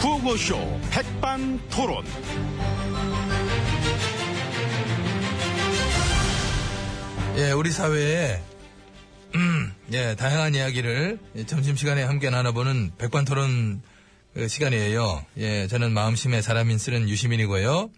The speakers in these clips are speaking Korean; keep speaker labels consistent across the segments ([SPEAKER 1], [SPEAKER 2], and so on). [SPEAKER 1] 구호쇼 백반토론.
[SPEAKER 2] 예, 우리 사회에 음, 예, 다양한 이야기를 예, 점심시간에 함께 나눠보는 백반토론 그, 시간이에요. 예, 저는 마음심의 사람인 쓰는 유시민이고요.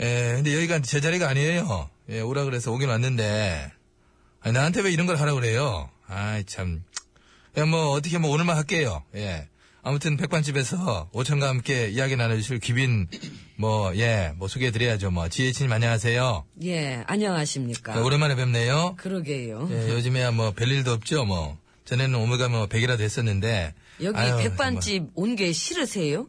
[SPEAKER 2] 예, 근데 여기가 제 자리가 아니에요. 예, 오라 그래서 오긴 왔는데 아니, 나한테 왜 이런 걸 하라 그래요? 아이 참. 그냥 뭐 어떻게 뭐 오늘만 할게요. 예. 아무튼 백반집에서 오천과 함께 이야기 나눠주실 귀빈 뭐 예, 뭐 소개해드려야죠. 뭐 지혜진님 안녕하세요.
[SPEAKER 3] 예, 안녕하십니까.
[SPEAKER 2] 네, 오랜만에 뵙네요.
[SPEAKER 3] 그러게요.
[SPEAKER 2] 예, 요즘에야 뭐 별일도 없죠, 뭐. 전에는 오메가 뭐 100이라도 했었는데.
[SPEAKER 3] 여기
[SPEAKER 2] 아유, 정말.
[SPEAKER 3] 백반집 온 게 싫으세요?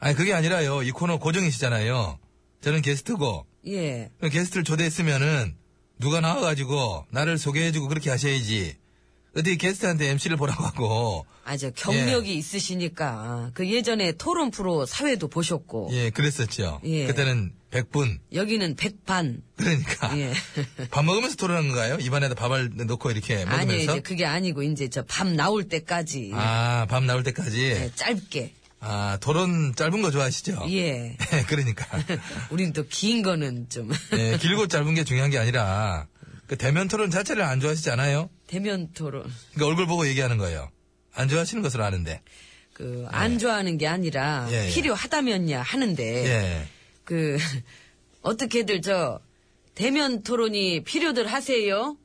[SPEAKER 2] 아니, 그게 아니라요. 이 코너 고정이시잖아요. 저는 게스트고.
[SPEAKER 3] 예.
[SPEAKER 2] 그럼 게스트를 초대했으면은 누가 나와가지고 나를 소개해주고 그렇게 하셔야지. 어떻게 게스트한테 MC를 보라고 하고.
[SPEAKER 3] 아, 저
[SPEAKER 2] 예.
[SPEAKER 3] 경력이 있으시니까 그 예전에 토론 프로 사회도 보셨고
[SPEAKER 2] 예, 그랬었죠.
[SPEAKER 3] 예.
[SPEAKER 2] 그때는 100분.
[SPEAKER 3] 여기는 백반.
[SPEAKER 2] 그러니까.
[SPEAKER 3] 예.
[SPEAKER 2] 밥 먹으면서 토론한 건가요? 입안에다 밥을 넣고 이렇게 먹으면서?
[SPEAKER 3] 아니 이제 그게 아니고 이제 저 밤 나올 때까지
[SPEAKER 2] 아, 밥 나올 때까지.
[SPEAKER 3] 예, 짧게.
[SPEAKER 2] 아, 토론 짧은 거 좋아하시죠?
[SPEAKER 3] 예.
[SPEAKER 2] 그러니까.
[SPEAKER 3] 우린 또 긴 거는 좀
[SPEAKER 2] 예, 길고 짧은 게 중요한 게 아니라, 그 대면 토론 자체를 안 좋아하시지 않아요?
[SPEAKER 3] 대면 토론
[SPEAKER 2] 그러니까 얼굴 보고 얘기하는 거예요. 안 좋아하시는 것으로 아는데.
[SPEAKER 3] 그 안 좋아하는 게 아니라
[SPEAKER 2] 네. 예, 예.
[SPEAKER 3] 필요하다면야 하는데
[SPEAKER 2] 예.
[SPEAKER 3] 그 어떻게들 저 대면 토론이 필요들 하세요?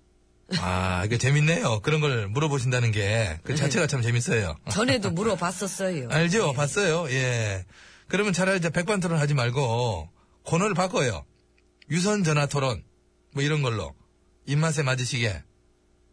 [SPEAKER 2] 아, 이거 재밌네요. 그런 걸 물어보신다는 게, 그 자체가 참 재밌어요.
[SPEAKER 3] 전에도 물어봤었어요.
[SPEAKER 2] 알죠? 봤어요? 예. 그러면 차라리 이제 백반 토론 하지 말고, 코너를 바꿔요. 유선 전화 토론. 뭐 이런 걸로. 입맛에 맞으시게.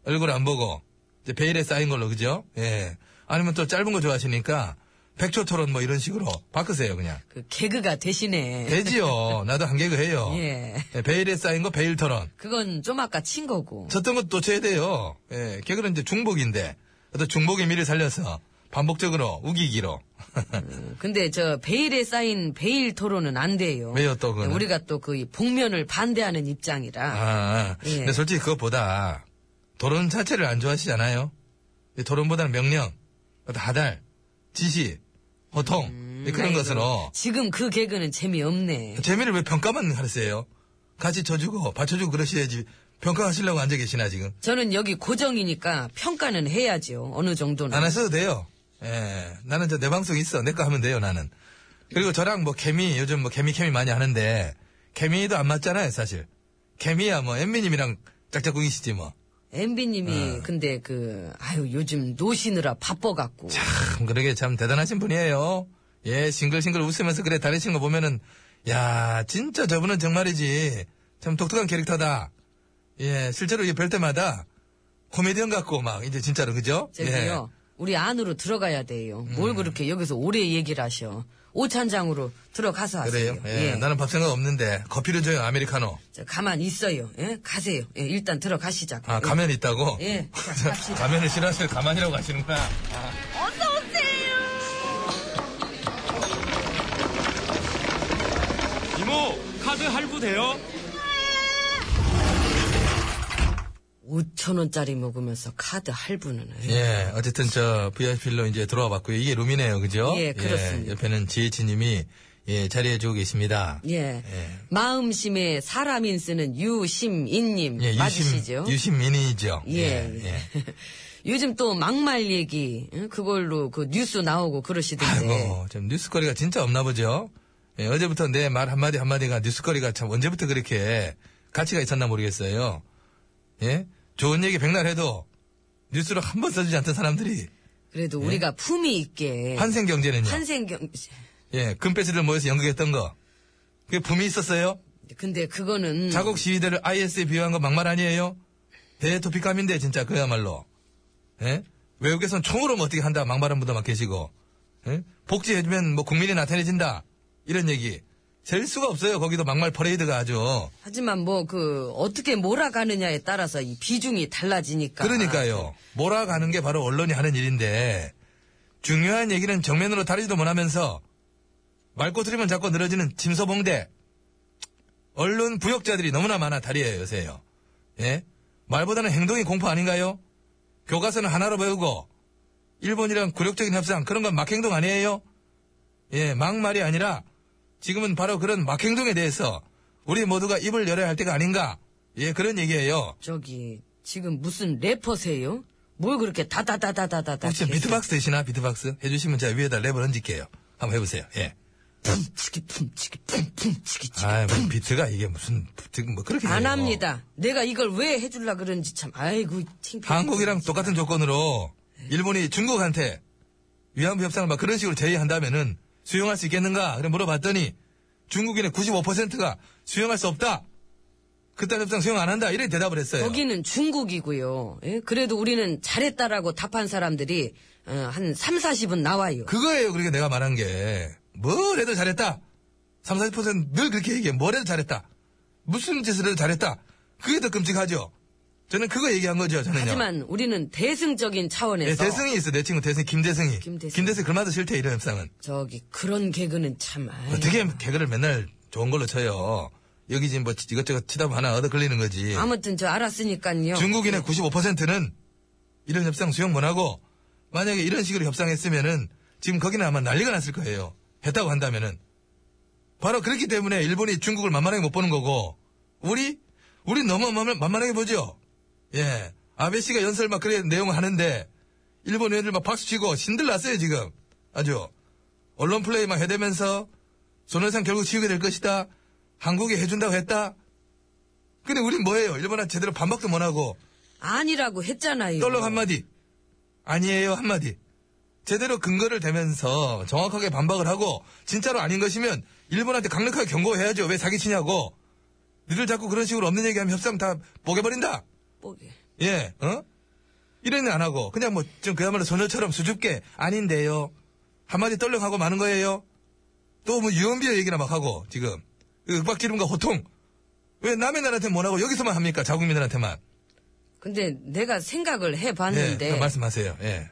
[SPEAKER 2] 얼굴 안 보고. 이제 베일에 쌓인 걸로, 그죠? 예. 아니면 또 짧은 거 좋아하시니까, 백초 토론 뭐 이런 식으로 바꾸세요, 그냥.
[SPEAKER 3] 그 개그가 대신에
[SPEAKER 2] 되지요. 나도 한 개그 해요.
[SPEAKER 3] 예.
[SPEAKER 2] 예, 베일에 쌓인 거 베일 토론.
[SPEAKER 3] 그건 좀 아까 친 거고.
[SPEAKER 2] 쳤던 것도 쳐야 돼요. 예, 개그는 이제 중복인데, 어떤 중복의 미를 살려서 반복적으로 우기기로.
[SPEAKER 3] 어. 근데 저 베일에 쌓인 베일 토론은 안 돼요.
[SPEAKER 2] 왜요, 또 그거는?
[SPEAKER 3] 우리가 또 그 복면을 반대하는 입장이라.
[SPEAKER 2] 아,
[SPEAKER 3] 예.
[SPEAKER 2] 근데 솔직히 그것보다 토론 자체를 안 좋아하시잖아요. 이 토론보다는 명령, 어떤 하달, 지시, 호통 예, 그런
[SPEAKER 3] 음, 아이고, 예.
[SPEAKER 2] 것으로
[SPEAKER 3] 네. 지금 그 개그는 재미없네.
[SPEAKER 2] 재미를 왜 평가만 하세요? 같이 쳐주고 받쳐주고 그러셔야지 평가하시려고 앉아 계시나 지금?
[SPEAKER 3] 저는 여기 고정이니까 평가는 해야죠. 어느 정도는.
[SPEAKER 2] 음. 안 하셔도 돼요. 예. 나는 저 내 방송 있어. 내 거 하면 돼요, 나는. 그리고 저랑 뭐 케미, 요즘 뭐 케미 케미 많이 하는데, 케미도 안 맞잖아요, 사실. 케미야, 뭐, 엠미님이랑 짝짝꿍이시지, 뭐.
[SPEAKER 3] MB님이
[SPEAKER 2] 아.
[SPEAKER 3] 근데 그 아유 요즘 노시느라 바빠갖고.
[SPEAKER 2] 참, 아, 그러게 참 대단하신 분이에요. 예, 싱글싱글 웃으면서 그래 다니시는 거 보면은, 야, 진짜 저분은 정말이지. 참 독특한 캐릭터다. 예, 실제로 이뵐 때마다 코미디언 같고 막, 이제 진짜로, 그죠?
[SPEAKER 3] 저기요.
[SPEAKER 2] 예.
[SPEAKER 3] 우리 안으로 들어가야 돼요.
[SPEAKER 2] 음.
[SPEAKER 3] 뭘 그렇게 여기서 오래 얘기를 하셔. 오찬장으로 들어가서
[SPEAKER 2] 예.
[SPEAKER 3] 하세요.
[SPEAKER 2] 그래요? 예,
[SPEAKER 3] 예.
[SPEAKER 2] 나는 밥 생각 없는데, 커피를 줘요, 아메리카노.
[SPEAKER 3] 저 가만 있어요. 예? 가세요. 예, 일단 들어가시자.
[SPEAKER 2] 아,
[SPEAKER 3] 예.
[SPEAKER 2] 가면 있다고?
[SPEAKER 3] 예. 자, 갑시다.
[SPEAKER 2] 가면을 싫어하실 가만이라고 하시는구나.
[SPEAKER 1] 이모, 카드 할부돼요?
[SPEAKER 3] 5천 원짜리 먹으면서 카드 할부는. 예.
[SPEAKER 2] 예, 어쨌든 저 VIP로 이제 들어와 봤고요. 이게 룸이네요, 그죠?
[SPEAKER 3] 예, 그렇습니다.
[SPEAKER 2] 옆에는 지혜치님이 예, 자리해주고 계십니다.
[SPEAKER 3] 예. 마음심에 사람인 쓰는 유심인님
[SPEAKER 2] 예,
[SPEAKER 3] 맞으시죠?
[SPEAKER 2] 유심민이죠.
[SPEAKER 3] 예. 예. 요즘 또 막말 얘기 응? 그걸로 그 뉴스 나오고 그러시던데.
[SPEAKER 2] 아이고, 좀 뉴스거리가 진짜 없나 보죠? 예, 어제부터 내 말 한마디 한마디가 뉴스거리가 참 언제부터 그렇게 가치가 있었나 모르겠어요. 예? 좋은 얘기 백날 해도 뉴스로 한 번 써주지 않던 사람들이
[SPEAKER 3] 그래도 우리가 품위 있게
[SPEAKER 2] 예. 환생경제는요.
[SPEAKER 3] 네. 환생경
[SPEAKER 2] 예, 금배지들 모여서 연극했던 거. 그게 붐이 있었어요?
[SPEAKER 3] 근데 그거는
[SPEAKER 2] 자국 시위대를 IS에 비유한 거 막말 아니에요? 대토픽감인데, 진짜, 그야말로. 예? 외국에선 총으로 뭐 어떻게 한다, 막말한 분도 막 계시고. 예? 복지해주면 뭐 국민이 나타내진다. 이런 얘기. 셀 수가 없어요, 거기도 막말 퍼레이드가 아주.
[SPEAKER 3] 하지만 뭐 그 어떻게 몰아가느냐에 따라서 이 비중이 달라지니까.
[SPEAKER 2] 그러니까요. 몰아가는 게 바로 언론이 하는 일인데, 중요한 얘기는 정면으로 다루지도 못하면서, 말꼬투리만 자꾸 늘어지는 짐서봉대. 언론 부역자들이 너무나 많아 다리에요, 요새요. 예? 말보다는 행동이 공포 아닌가요? 교과서는 하나로 배우고, 일본이랑 굴욕적인 협상, 그런 건 막행동 아니에요? 예, 막말이 아니라 지금은 바로 그런 막행동에 대해서 우리 모두가 입을 열어야 할 때가 아닌가. 예, 그런 얘기예요.
[SPEAKER 3] 저기 지금 무슨 래퍼세요? 뭘 그렇게 다다다다다다다.
[SPEAKER 2] 혹시 아, 비트박스 되시나? 비트박스? 해주시면 제가 위에다 랩을 얹을게요. 한번 해보세요. 예.
[SPEAKER 3] 품치기 품치기 품품치기.
[SPEAKER 2] 아, 뭐 비트가 이게 무슨, 비트, 뭐 그렇게.
[SPEAKER 3] 안
[SPEAKER 2] 돼요.
[SPEAKER 3] 합니다. 내가 이걸 왜 해줄라 그런지 참. 아이고 창피.
[SPEAKER 2] 한국이랑 똑같은 조건으로 일본이 중국한테 위안부 협상을 막 그런 식으로 제의한다면은 수용할 수 있겠는가? 그래 물어봤더니 중국인의 95%가 수용할 수 없다. 그딴 협상 수용 안 한다. 이래 대답을 했어요.
[SPEAKER 3] 거기는 중국이고요. 예? 그래도 우리는 잘했다라고 답한 사람들이 어, 한 3, 40은 나와요.
[SPEAKER 2] 그거예요. 그러니까 내가 말한 게. 뭘 해도 잘했다. 30, 40%늘 그렇게 얘기해. 뭘 해도 잘했다. 무슨 짓을 해도 잘했다. 그게 더 끔찍하죠. 저는 그거 얘기한 거죠. 저는요.
[SPEAKER 3] 하지만 우리는 대승적인
[SPEAKER 2] 예,
[SPEAKER 3] 차원에서
[SPEAKER 2] 대승이 있어. 내 친구 대승이. 김대승이.
[SPEAKER 3] 김대승.
[SPEAKER 2] 그마도 싫대. 이런 협상은.
[SPEAKER 3] 저기 그런 개그는 참. 아이고.
[SPEAKER 2] 어떻게 개그를 맨날 좋은 걸로 쳐요. 여기 지금 뭐 이것저것 치다 보면 하나 얻어 걸리는 거지.
[SPEAKER 3] 아무튼 저 알았으니까요.
[SPEAKER 2] 예.
[SPEAKER 3] 예.
[SPEAKER 2] 중국인의 95%는 이런 협상 수용 못하고 만약에 이런 식으로 협상했으면은 지금 거기는 아마 난리가 났을 거예요. 했다고 한다면은. 바로 그렇기 때문에 일본이 중국을 만만하게 못 보는 거고 우리? 우리 너무 만만- 만만하게 보죠. 예. 아베 씨가 연설 막 그래 내용을 하는데 일본 의원들 막 박수 치고 신들 났어요 지금. 아주. 언론 플레이 막 해대면서 손해상 결국 치우게 될 것이다. 한국이 해준다고 했다. 근데 우린 뭐예요? 일본한 제대로 반박도 못하고
[SPEAKER 3] 아니라고 했잖아요.
[SPEAKER 2] 떨렁 한마디. 아니에요 한마디. 제대로 근거를 대면서 정확하게 반박을 하고 진짜로 아닌 것이면 일본한테 강력하게 경고해야죠. 왜 사기치냐고. 니들 자꾸 그런 식으로 없는 얘기하면 협상 다 뽀개버린다.
[SPEAKER 3] 뽀개.
[SPEAKER 2] 예, 어? 이런 일 안 하고 그냥 뭐 좀 그야말로 소녀처럼 수줍게 아닌데요. 한마디 떨렁하고 마는 거예요. 또 뭐 유언비어 얘기나 막 하고 지금 그 윽박지름과 호통. 왜 남의 나라한테 못하고 여기서만 합니까? 자국민들한테만.
[SPEAKER 3] 근데 내가 생각을
[SPEAKER 2] 예,
[SPEAKER 3] 해봤는데
[SPEAKER 2] 말씀하세요. 예.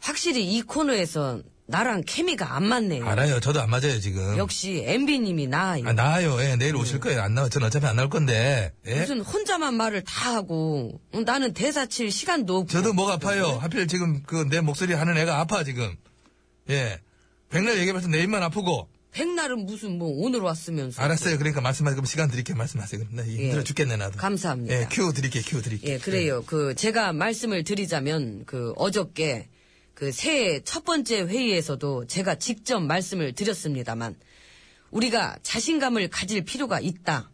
[SPEAKER 3] 확실히 이 코너에서 나랑 케미가 안 맞네요.
[SPEAKER 2] 알아요. 저도 안 맞아요, 지금.
[SPEAKER 3] 역시 MB님이 나아요.
[SPEAKER 2] 아, 나아요. 예, 내일 오실 거예요. 안 나와. 전 어차피 안 나올 건데. 예?
[SPEAKER 3] 무슨 혼자만 말을 다 하고 어, 나는 대사칠 시간도 없고
[SPEAKER 2] 저도 뭐- 목
[SPEAKER 3] 네.
[SPEAKER 2] 아파요. 하필 지금 그 내 목소리 하는 애가 아파, 지금. 예. 백날 얘기해봤자 내 입만 아프고.
[SPEAKER 3] 백날은 무슨 뭐 오늘 왔으면서
[SPEAKER 2] 알았어요. 그러니까 말씀하세요. 그럼 시간 드릴게요. 말씀하세요. 그럼 나 힘들어 죽겠네, 나도.
[SPEAKER 3] 예. 감사합니다.
[SPEAKER 2] 예, 큐 드릴게요. 큐 드릴게요.
[SPEAKER 3] 예, 그래요. 그 제가 말씀을 드리자면 그 어저께 그 새해 첫 번째 회의에서도 제가 직접 말씀을 드렸습니다만 우리가 자신감을 가질 필요가 있다.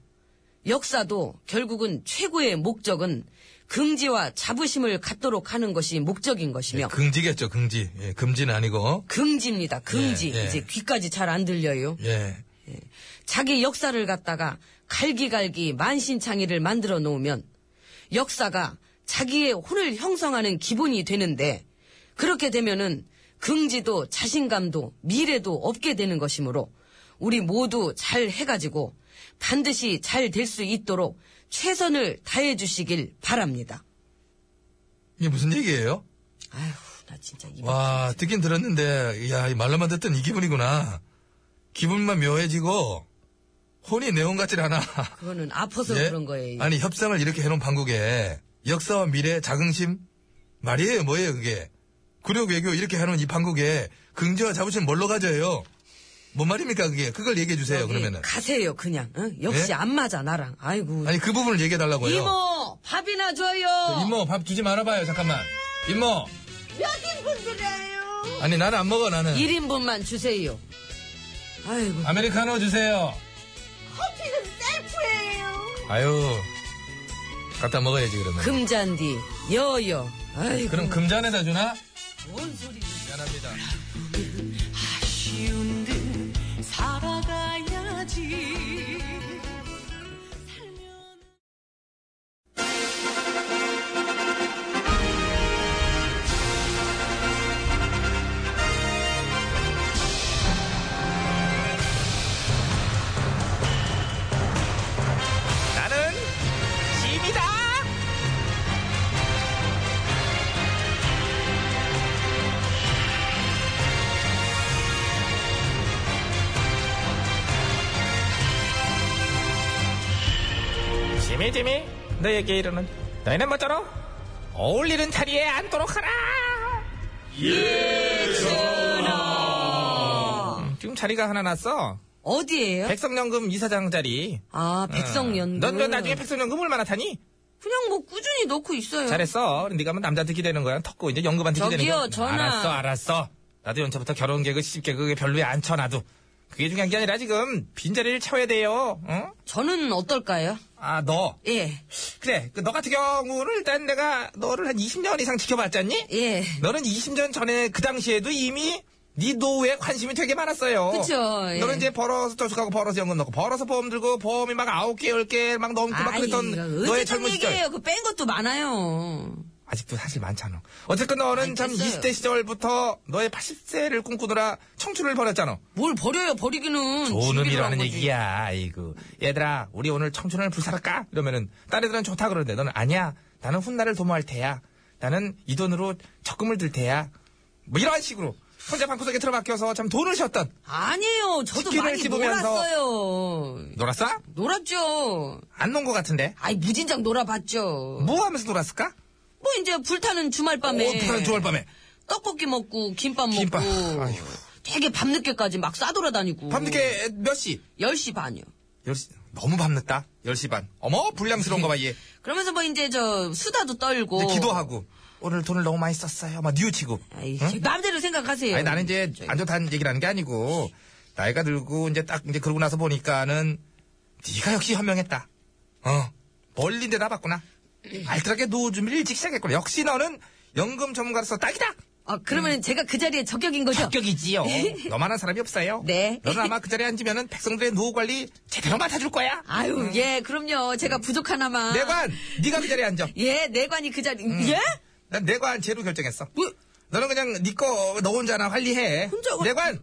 [SPEAKER 3] 역사도 결국은 최고의 목적은 긍지와 자부심을 갖도록 하는 것이 목적인 것이며
[SPEAKER 2] 예. 네, 그 긍지겠죠, 긍지. 예, 금지는 아니고.
[SPEAKER 3] 긍지입니다. 긍지.
[SPEAKER 2] 예, 예.
[SPEAKER 3] 이제 귀까지 잘 안 들려요.
[SPEAKER 2] 예.
[SPEAKER 3] 자기 역사를 갖다가 갈기갈기 만신창이를 만들어 놓으면 역사가 자기의 혼을 형성하는 기본이 되는데 그렇게 되면은 긍지도 자신감도 미래도 없게 되는 것이므로 우리 모두 잘 해가지고 반드시 잘 될 수 있도록 최선을 다해 주시길 바랍니다.
[SPEAKER 2] 이게 무슨 얘기예요?
[SPEAKER 3] 아휴, 나 진짜 이거.
[SPEAKER 2] 와, 듣긴 들었는데, 야, 이 말로만 듣던 이 기분이구나. 기분만 묘해지고, 혼이 내온 같질 않아.
[SPEAKER 3] 그거는 아파서
[SPEAKER 2] 예?
[SPEAKER 3] 그런 거예요.
[SPEAKER 2] 아니, 협상을 이렇게 해놓은 방국에, 역사와 미래, 자긍심? 말이에요, 뭐예요, 그게? 구력 외교 이렇게 해놓은 이 방국에, 긍지와 자부심 뭘로 가져요? 뭔 말입니까, 그게? 그걸 얘기해주세요,
[SPEAKER 3] 저기
[SPEAKER 2] 그러면은.
[SPEAKER 3] 가세요, 그냥. 응? 역시
[SPEAKER 2] 예?
[SPEAKER 3] 안 맞아, 나랑. 아이고.
[SPEAKER 2] 아니, 그 부분을 얘기해달라고요.
[SPEAKER 3] 이모, 밥이나 줘요.
[SPEAKER 2] 이모, 밥 주지 말아봐요, 잠깐만. 이모! 아니, 나는 안 먹어, 나는.
[SPEAKER 3] 1인분만 주세요. 아이고,
[SPEAKER 2] 아메리카노 주세요. 커피는 셀프예요. 아유, 갖다 먹어야지 그러면.
[SPEAKER 3] 금잔디, 여여. 아이고,
[SPEAKER 2] 그럼 금잔에다 주나?
[SPEAKER 3] 뭔 소리.
[SPEAKER 2] 미안합니다.
[SPEAKER 4] 아쉬운 듯 살아가야지 살면
[SPEAKER 1] 나는 짐이다.
[SPEAKER 5] 지미 지미 너에게 이르는 너희는 모쪼록 어울리는 자리에 앉도록 하라 예전아
[SPEAKER 2] 음, 지금 자리가 하나 났어.
[SPEAKER 3] 어디에요?
[SPEAKER 2] 백성연금 이사장 자리.
[SPEAKER 3] 아, 백성연금.
[SPEAKER 2] 넌왜 나중에 백성연금 얼마나 타니?
[SPEAKER 3] 그냥 뭐 꾸준히 넣고 있어요.
[SPEAKER 2] 잘했어. 네가 하면 남자한테 기대는 거야. 턱고 이제 연금한테
[SPEAKER 3] 저기요,
[SPEAKER 2] 기대는 거야.
[SPEAKER 3] 전화.
[SPEAKER 2] 알았어, 알았어. 나도 연차부터 결혼 개그, 시집 개그 그게 별로에 안 쳐, 나도. 그게 중요한 게 아니라 지금 빈자리를 채워야 돼요. 응?
[SPEAKER 3] 저는 어떨까요?
[SPEAKER 2] 아, 너.
[SPEAKER 3] 예,
[SPEAKER 2] 그래. 그너 같은 경우는 일단 내가 너를 한 20년 이상 지켜봤잖니?
[SPEAKER 3] 예.
[SPEAKER 2] 너는 20년 전에 그 당시에도 이미 네 노후에 관심이 되게 많았어요.
[SPEAKER 3] 그쵸, 예.
[SPEAKER 2] 너는 이제 벌어서 저축하고 벌어서 연금 넣고 벌어서 보험 들고 보험이 막 아홉 개, 열 개 막 넘고 막
[SPEAKER 3] 아이,
[SPEAKER 2] 그랬던 너의
[SPEAKER 3] 어쨌든
[SPEAKER 2] 젊은 시절.
[SPEAKER 3] 얘기예요. 그 뺀 것도 많아요.
[SPEAKER 2] 아직도 사실 많잖아. 어쨌든 너는
[SPEAKER 3] 아니,
[SPEAKER 2] 참
[SPEAKER 3] 됐어요.
[SPEAKER 2] 20대 시절부터 너의 80세를 꿈꾸느라 청춘을 버렸잖아.
[SPEAKER 3] 뭘 버려요, 버리기는.
[SPEAKER 2] 좋은
[SPEAKER 3] 준비를
[SPEAKER 2] 의미로
[SPEAKER 3] 한
[SPEAKER 2] 하는
[SPEAKER 3] 거지.
[SPEAKER 2] 얘기야. 아이고. 얘들아, 우리 오늘 청춘을 불살할까? 이러면은 딴 애들은 좋다 그러는데 너는 아니야. 나는 훗날을 도모할 테야. 나는 이 돈으로 적금을 들 테야. 뭐 이런 식으로 혼자 방구석에 틀어박혀서 참 돈을 쉬었던
[SPEAKER 3] 아니에요. 저도
[SPEAKER 2] 치킨을
[SPEAKER 3] 많이
[SPEAKER 2] 씹으면서-
[SPEAKER 3] 놀았어요.
[SPEAKER 2] 놀았어?
[SPEAKER 3] 놀았죠.
[SPEAKER 2] 안 논 것 같은데.
[SPEAKER 3] 아이, 무진장 놀아봤죠.
[SPEAKER 2] 뭐 하면서 놀았을까?
[SPEAKER 3] 뭐 이제 불타는 주말 밤에
[SPEAKER 2] 어, 불타는 주말 밤에.
[SPEAKER 3] 떡볶이 먹고 김밥,
[SPEAKER 2] 김밥,
[SPEAKER 3] 먹고
[SPEAKER 2] 아이고.
[SPEAKER 3] 되게 밤늦게까지 막 싸돌아다니고
[SPEAKER 2] 밤늦게 몇 시?
[SPEAKER 3] 10시 반이요.
[SPEAKER 2] 10시. 너무 밤늦다. 10시 반. 어머, 불량스러운 거 봐, 얘.
[SPEAKER 3] 그러면서 뭐 이제 저 수다도 떨고
[SPEAKER 2] 이제 기도하고 오늘 돈을 너무 많이 썼어요. 막 뉘우치고.
[SPEAKER 3] 아이,
[SPEAKER 2] 응?
[SPEAKER 3] 남대로 생각하세요.
[SPEAKER 2] 아니 나는 이제 안 좋다는 얘기라는 게 아니고 나이가 들고 이제 딱 이제 그러고 나서 보니까는 네가 역시 현명했다. 어 멀리 내다봤구나. 알뜰하게 노후 준비를 일찍 시작했구나. 역시 너는 연금 전문가로서 딱이다.
[SPEAKER 3] 아, 그러면
[SPEAKER 2] 음.
[SPEAKER 3] 제가 그 자리에 적격인 거죠?
[SPEAKER 2] 합격이지요. 너만한 사람이 없어요.
[SPEAKER 3] 네.
[SPEAKER 2] 너는 아마 그 자리에 앉으면은 백성들의 노후 관리 제대로 맡아줄 거야.
[SPEAKER 3] 아유, 예, 그럼요. 제가 부족 하나만.
[SPEAKER 2] 음. 내관 음. 네가 그 자리에 앉아.
[SPEAKER 3] 예, 내관이 그 자리. 예?
[SPEAKER 2] 난 내관 제로 결정했어.
[SPEAKER 3] 뭐?
[SPEAKER 2] 너는 그냥 네거너 혼자나 관리해.
[SPEAKER 3] 혼자 관-
[SPEAKER 2] 내관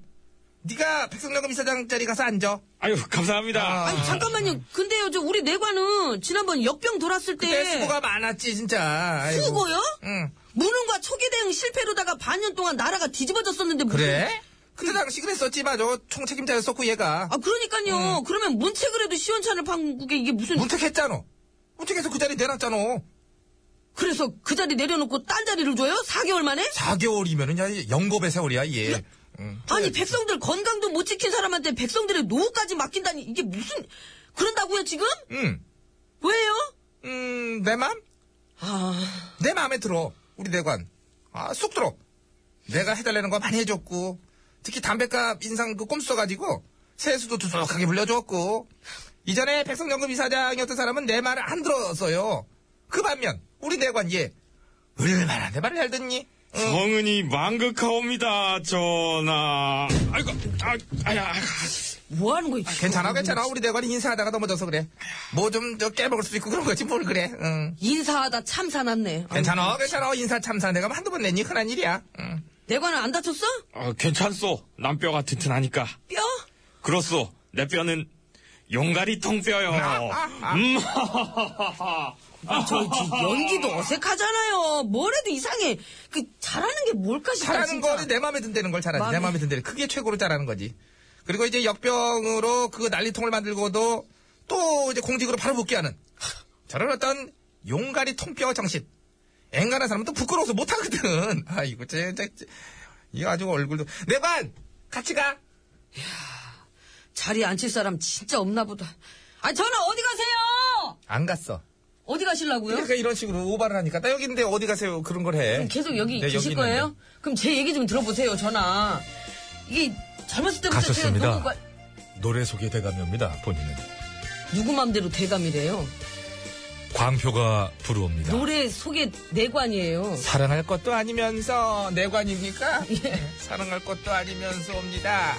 [SPEAKER 2] 네가 백성연금 이사장 자리 가서 앉아.
[SPEAKER 1] 아유 감사합니다.
[SPEAKER 3] 아니, 잠깐만요. 근데요, 저 우리 내관은 지난번 역병 돌았을 때.
[SPEAKER 2] 그때 수고가 많았지 진짜. 아이고.
[SPEAKER 3] 요
[SPEAKER 2] 응.
[SPEAKER 3] 무능과 초기 대응 실패로다가 반년 동안 나라가 뒤집어졌었는데 무슨-
[SPEAKER 2] 그래? 그때 당시 그랬었지 맞아. 총책임자였었고 얘가.
[SPEAKER 3] 아 그러니까요. 그러면 문책을 해도 시원찮을 판국에 이게 무슨
[SPEAKER 2] 문택했잖아. 문택해서 그 자리 내놨잖아.
[SPEAKER 3] 그래서 그 자리 내려놓고 딴 자리를 줘요? 4개월 만에?
[SPEAKER 2] 4개월이면은 야 이 영겁의 세월이야 얘. 응.
[SPEAKER 3] 아니 백성들 건강도 못 지킨 사람한테 백성들의 노후까지 맡긴다니 이게 무슨 그런다고요 지금?
[SPEAKER 2] 응.
[SPEAKER 3] 왜요?
[SPEAKER 2] 음, 내 맘?
[SPEAKER 3] 아
[SPEAKER 2] 내 마음에 들어. 우리 내관. 아, 쑥 들어. 내가 해달라는 거 많이 해줬고, 특히 담배값 인상 그 꼼수 써가지고, 세수도 두둑하게 물려줬고, 이전에 백성연금 이사장이었던 사람은 내 말을 안 들었어요. 그 반면, 우리 내관 얘, 얼마나 내 말을 잘 듣니?
[SPEAKER 1] 어.
[SPEAKER 2] 응.
[SPEAKER 1] 성은이 망극하옵니다 전하. 아이고 아, 아야.
[SPEAKER 3] 뭐하는 거야? 지금?
[SPEAKER 2] 괜찮아, 괜찮아. 우리 내관이 인사하다가 넘어져서 그래. 뭐 좀 저 깨먹을 수도 있고 그런 거지, 뭘 그래. 응.
[SPEAKER 3] 인사하다 참사났네. 아니,
[SPEAKER 2] 괜찮아, 괜찮아. 인사 참사 내가 뭐 한두 번 냈니? 흔한 일이야. 응.
[SPEAKER 3] 내관은 안 다쳤어?
[SPEAKER 1] 아, 괜찮소. 난 뼈가 튼튼하니까.
[SPEAKER 3] 뼈?
[SPEAKER 1] 그렇소. 내 뼈는 용가리 통뼈요. 음.
[SPEAKER 3] 저, 저 연기도 어색하잖아요. 뭐래도 이상해. 그 잘하는 게 뭘까 싶다
[SPEAKER 2] 잘하는
[SPEAKER 3] 진짜.
[SPEAKER 2] 거는 내 마음에 든다는 걸 잘하지. 내
[SPEAKER 3] 마음에-
[SPEAKER 2] 마음에 든다는 그게 최고로 잘하는 거지. 그리고 이제 역병으로 그 난리통을 만들고도 또 이제 공직으로 바로 복귀하는 저런 어떤 용가리 통뼈 정신. 앵간한 사람은 또 부끄러워서 못하거든. 아이고, 쟤, 쟤, 쟤. 이거 아주 얼굴도. 내 반! 같이 가!
[SPEAKER 3] 자리에 앉힐 사람 진짜 없나 보다. 아, 전화 어디 가세요?
[SPEAKER 2] 안 갔어.
[SPEAKER 3] 어디 가시려고요?
[SPEAKER 2] 그러니까 이런 식으로 오바를 하니까. 나 여기 있는데 어디 가세요? 그런 걸 해.
[SPEAKER 3] 계속 여기
[SPEAKER 2] 네,
[SPEAKER 3] 계실
[SPEAKER 2] 있는데.
[SPEAKER 3] 거예요? 그럼 제 얘기 좀 들어보세요, 전화. 이게 젊었을 때부터
[SPEAKER 6] 갔었습니다.
[SPEAKER 3] 제가 누구, 과-
[SPEAKER 6] 노래 소개 대감입니다, 본인은.
[SPEAKER 3] 누구 맘대로 대감이래요.
[SPEAKER 6] 광표가 부르옵니다.
[SPEAKER 3] 노래 속에 내관이에요.
[SPEAKER 2] 사랑할 것도 아니면서 내관입니까? 사랑할 것도 아니면서 옵니다.